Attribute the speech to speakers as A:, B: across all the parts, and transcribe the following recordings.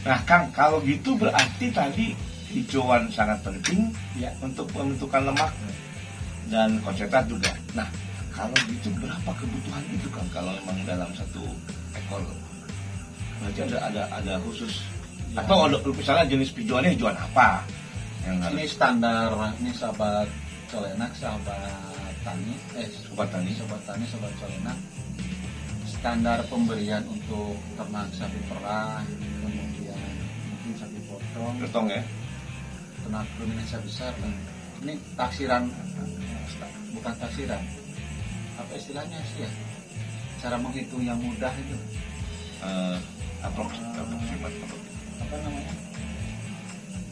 A: Nah, Kang, kalau gitu berarti tadi hijauan sangat penting ya untuk pembentukan lemak dan konsentrat juga. Nah, kalau gitu berapa kebutuhan itu Kang kalau memang dalam satu ekor? Berarti ada ada ada khusus atau ada, misalnya jenis hijauannya hijauan apa? Yang
B: ini
A: harus
B: standar ini sahabat colenak sahabat tani eh
A: Sobat Tani.
B: sobat tani sobat colenak standar pemberian untuk ternak sapi perah kemudian mungkin sapi potong
A: Gertong ya?
B: ternak ruminansia besar lah. ini taksiran bukan taksiran apa istilahnya sih ya cara menghitung yang mudah itu
A: Eh, aprox, aproximat, aproximat.
B: apa namanya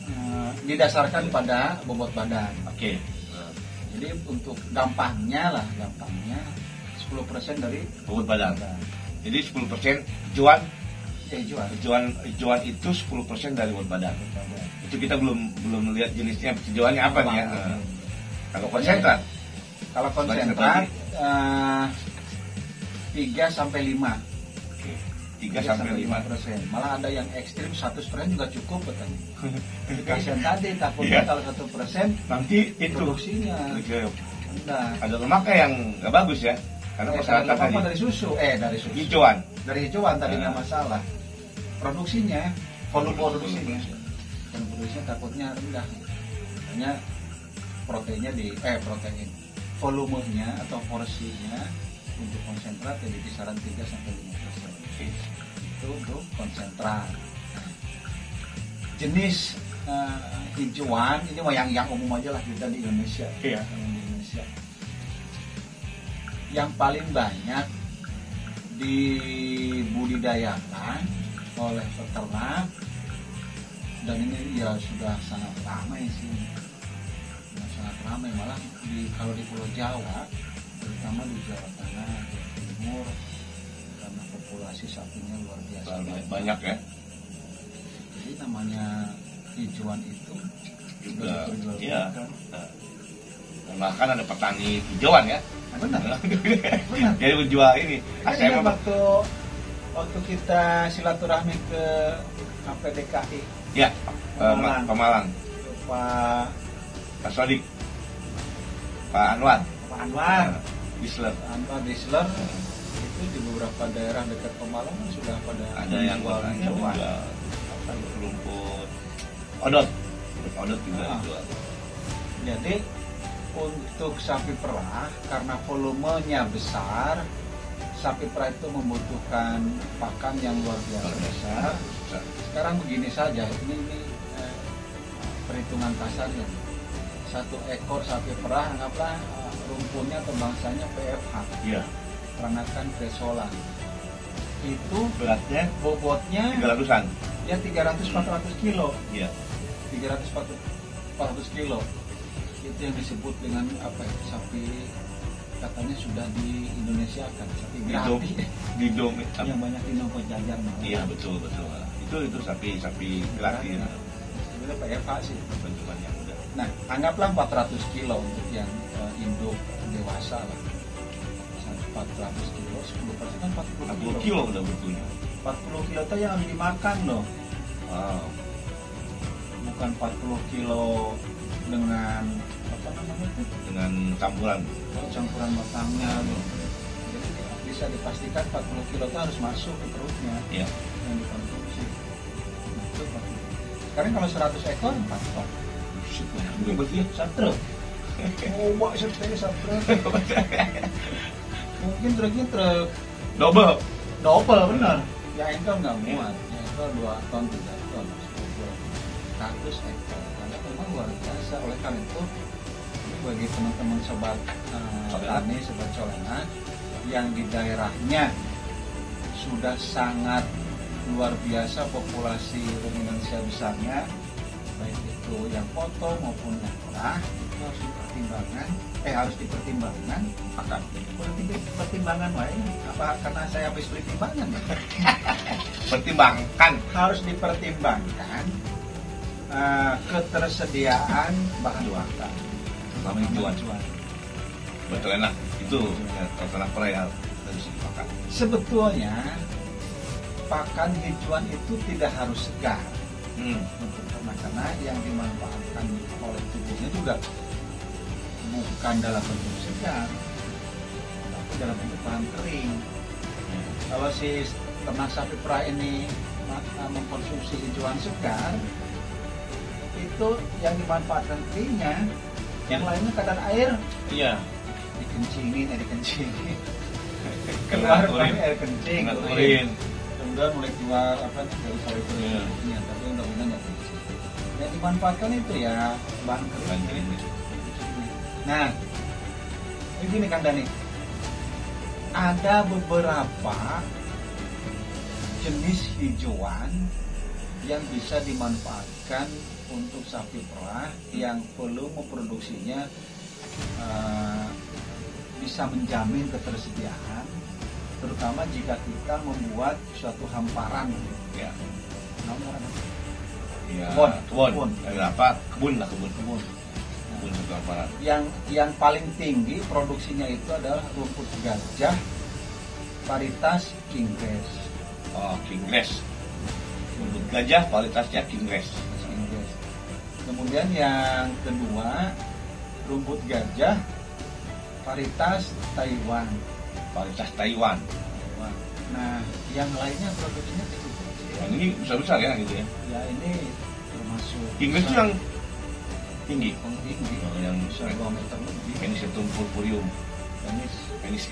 B: Eh, didasarkan pada bobot badan
A: Oke. Eh,
B: Jadi untuk dampaknya lah, dampaknya 10% dari
A: Bobot badan. Jadi 10% hijauan,
B: ya jual.
A: hijauan, hijauan itu 10% dari bobot badan. itu kita belum belum melihat jenisnya tujuannya apa nih ya Eh, kalau konsentrat
B: Kalau konsentrat eh, 3 sampai 5.
A: tiga sampai lima
B: persen. Malah ada yang ekstrim 100 persen juga cukup katanya. Kasihan tadi
A: Iya.
B: takutnya kalau satu persen
A: nanti itu
B: produksinya rendah.
A: ada lemaknya yang nggak bagus ya karena
B: Eh,
A: persyaratan
B: dari, apa,
A: tadi
B: dari susu, eh dari susu,
A: hijauan
B: dari hijauan tadi nggak
A: Nah.
B: masalah. Produksinya, volume produksinya.
A: Volume.
B: dan produksinya takutnya rendah hanya proteinnya di eh protein volumenya atau porsinya untuk konsentrat ya di kisaran 3 sampai 5 persen
A: Oke.
B: itu untuk konsentrat jenis eh, hijauan ini mah yang yang umum aja lah kita di Indonesia
A: Iya.
B: Yang di Indonesia yang paling banyak dibudidayakan oleh peternak dan ini ya sudah sangat ramai sih Sudah sangat ramai malah di kalau di Pulau Jawa terutama di Jawa Tengah Jawa Timur karena populasi sapinya luar biasa
A: Soalnya banyak ya
B: jadi namanya hijauan itu
A: juga
B: diperjual
A: ya
B: belikan.
A: dan bahkan ada petani hijauan ya
B: Nah, benar benar
A: jadi menjual ini ah,
B: saya
A: saya memang
B: waktu waktu kita silaturahmi ke KPDKI
A: ya eh, Ma- Pemalang
B: ke Pak
A: Pak Sodik Pak Anwar Nah,
B: Pak Anwar
A: Ah. Wisler
B: Pak Anwar Disler itu di beberapa daerah dekat Pemalang sudah pada
A: ada yang
B: jual
A: warnanya
B: hijauan.
A: juga apa rumput odot Rumput odot juga
B: Ah.
A: jual.
B: Jadi untuk sapi perah karena volumenya besar, sapi perah itu membutuhkan pakan yang luar biasa besar. Sekarang begini saja, ini, ini, eh, perhitungan kasarnya. Satu ekor sapi perah anggaplah eh, rumpunnya atau bangsanya PFH,
A: iya
B: peranakan Bresolan. Itu
A: beratnya tiga
B: bobotnya
A: ratusan
B: ya 300-400 kilo.
A: iya
B: 300 400 kilo itu yang disebut dengan apa ya, sapi katanya sudah di Indonesia kan sapi
A: Hidup.
B: gratis
A: di dom apa?
B: yang banyak di Nongko Jajar malah.
A: iya betul betul itu itu sapi sapi gratis
B: Gratis. sebenarnya PFH sih
A: bentukan yang udah
B: nah anggaplah 400 kilo untuk yang eh, induk dewasa lah 400 kilo 10 persen kan
A: 60
B: 40 kilo
A: kilo udah butuhnya
B: 40 kilo itu yang harus dimakan loh
A: wow
B: bukan 40 kilo dengan apa namanya itu
A: dengan campuran
B: campuran matangnya loh. Jadi bisa dipastikan 40 kilo itu harus masuk ke perutnya
A: iya
B: yang dikonsumsi. Nah, itu 40. Sekarang kalau 100 ekor 4 ton.
A: Buset, banyak juga berarti ya.
B: Satu. Bawa setel satu. Mungkin truknya truk
A: double
B: double benar. Ya engkau nggak muat. Ya engkau 2 ton 3 ton. 100 ekor. Karena memang luar biasa. Oleh karena itu bagi teman-teman sobat eh,
A: Colenak.
B: tani, sobat colenak yang di daerahnya sudah sangat luar biasa populasi ruminansia besarnya baik itu yang potong maupun yang perah itu harus dipertimbangkan eh harus dipertimbangkan akan pertimbangan lain apa karena saya habis pertimbangan ya
A: pertimbangkan
B: harus dipertimbangkan eh, ketersediaan bahan bakar
A: sama hijauan betul enak itu ya, tanah perayaan dari segi pakan
B: sebetulnya pakan hijauan itu tidak harus segar
A: hmm.
B: untuk ternak-ternak yang dimanfaatkan oleh tubuhnya juga bukan dalam bentuk segar tapi dalam bentuk bahan kering
A: Iya.
B: kalau si ternak sapi perah ini maka mengkonsumsi hijauan segar itu yang dimanfaatkan keringnya yang lainnya kadar air
A: iya
B: dikencingin air dikencingin
A: Keluar
B: keluar kan
A: urin.
B: air kencing
A: Kena
B: urin.
A: urin
B: Kemudian mulai keluar apa dari sawit
A: Iya.
B: urin ya. tapi undang-undang nggak boleh. yang dimanfaatkan itu ya bahan
A: Bahan
B: kering
A: kering.
B: nah ini gini kan Dani ada beberapa jenis hijauan yang bisa dimanfaatkan untuk sapi perah yang perlu memproduksinya eh, bisa menjamin ketersediaan terutama jika kita membuat suatu hamparan
A: ya
B: nomor apa?
A: ya
B: Kebun.
A: kebun
B: Kebun.
A: Eh, apa kebun lah kebun
B: kebun
A: kebun satu aparat
B: yang yang paling tinggi produksinya itu adalah rumput gajah varietas king grass
A: oh kingres rumput gajah kualitasnya kingres
B: Inggris. Kemudian yang kedua rumput gajah varietas Taiwan.
A: kualitas Taiwan
B: Taiwan. Nah, yang lainnya produksinya kecil-kecil.
A: yang ini besar besar ya gitu ya
B: Ya ini termasuk
A: kingres itu yang tinggi
B: tinggi,
A: Oh, yang-
B: bisa 2 meter lebih.
A: Penisetum purpureum
B: Jenis
A: Penis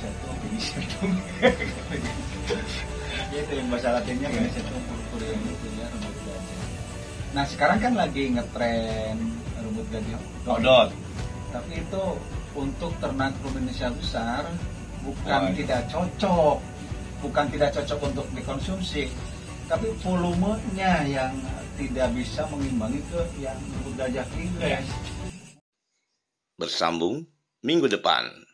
B: satu
A: Penisetum
B: Ya, itu yang bahasa Latinnya kan satu kultur yang itu ya rumput gajah. Nah sekarang kan lagi ngetren rumput gajah
A: Dodot
B: tapi itu untuk ternak Indonesia besar bukan
A: Oh, iya.
B: tidak cocok bukan tidak cocok untuk dikonsumsi tapi volumenya yang tidak bisa mengimbangi ke yang rumput gajah
A: Iya.
B: inggris
A: Bersambung minggu depan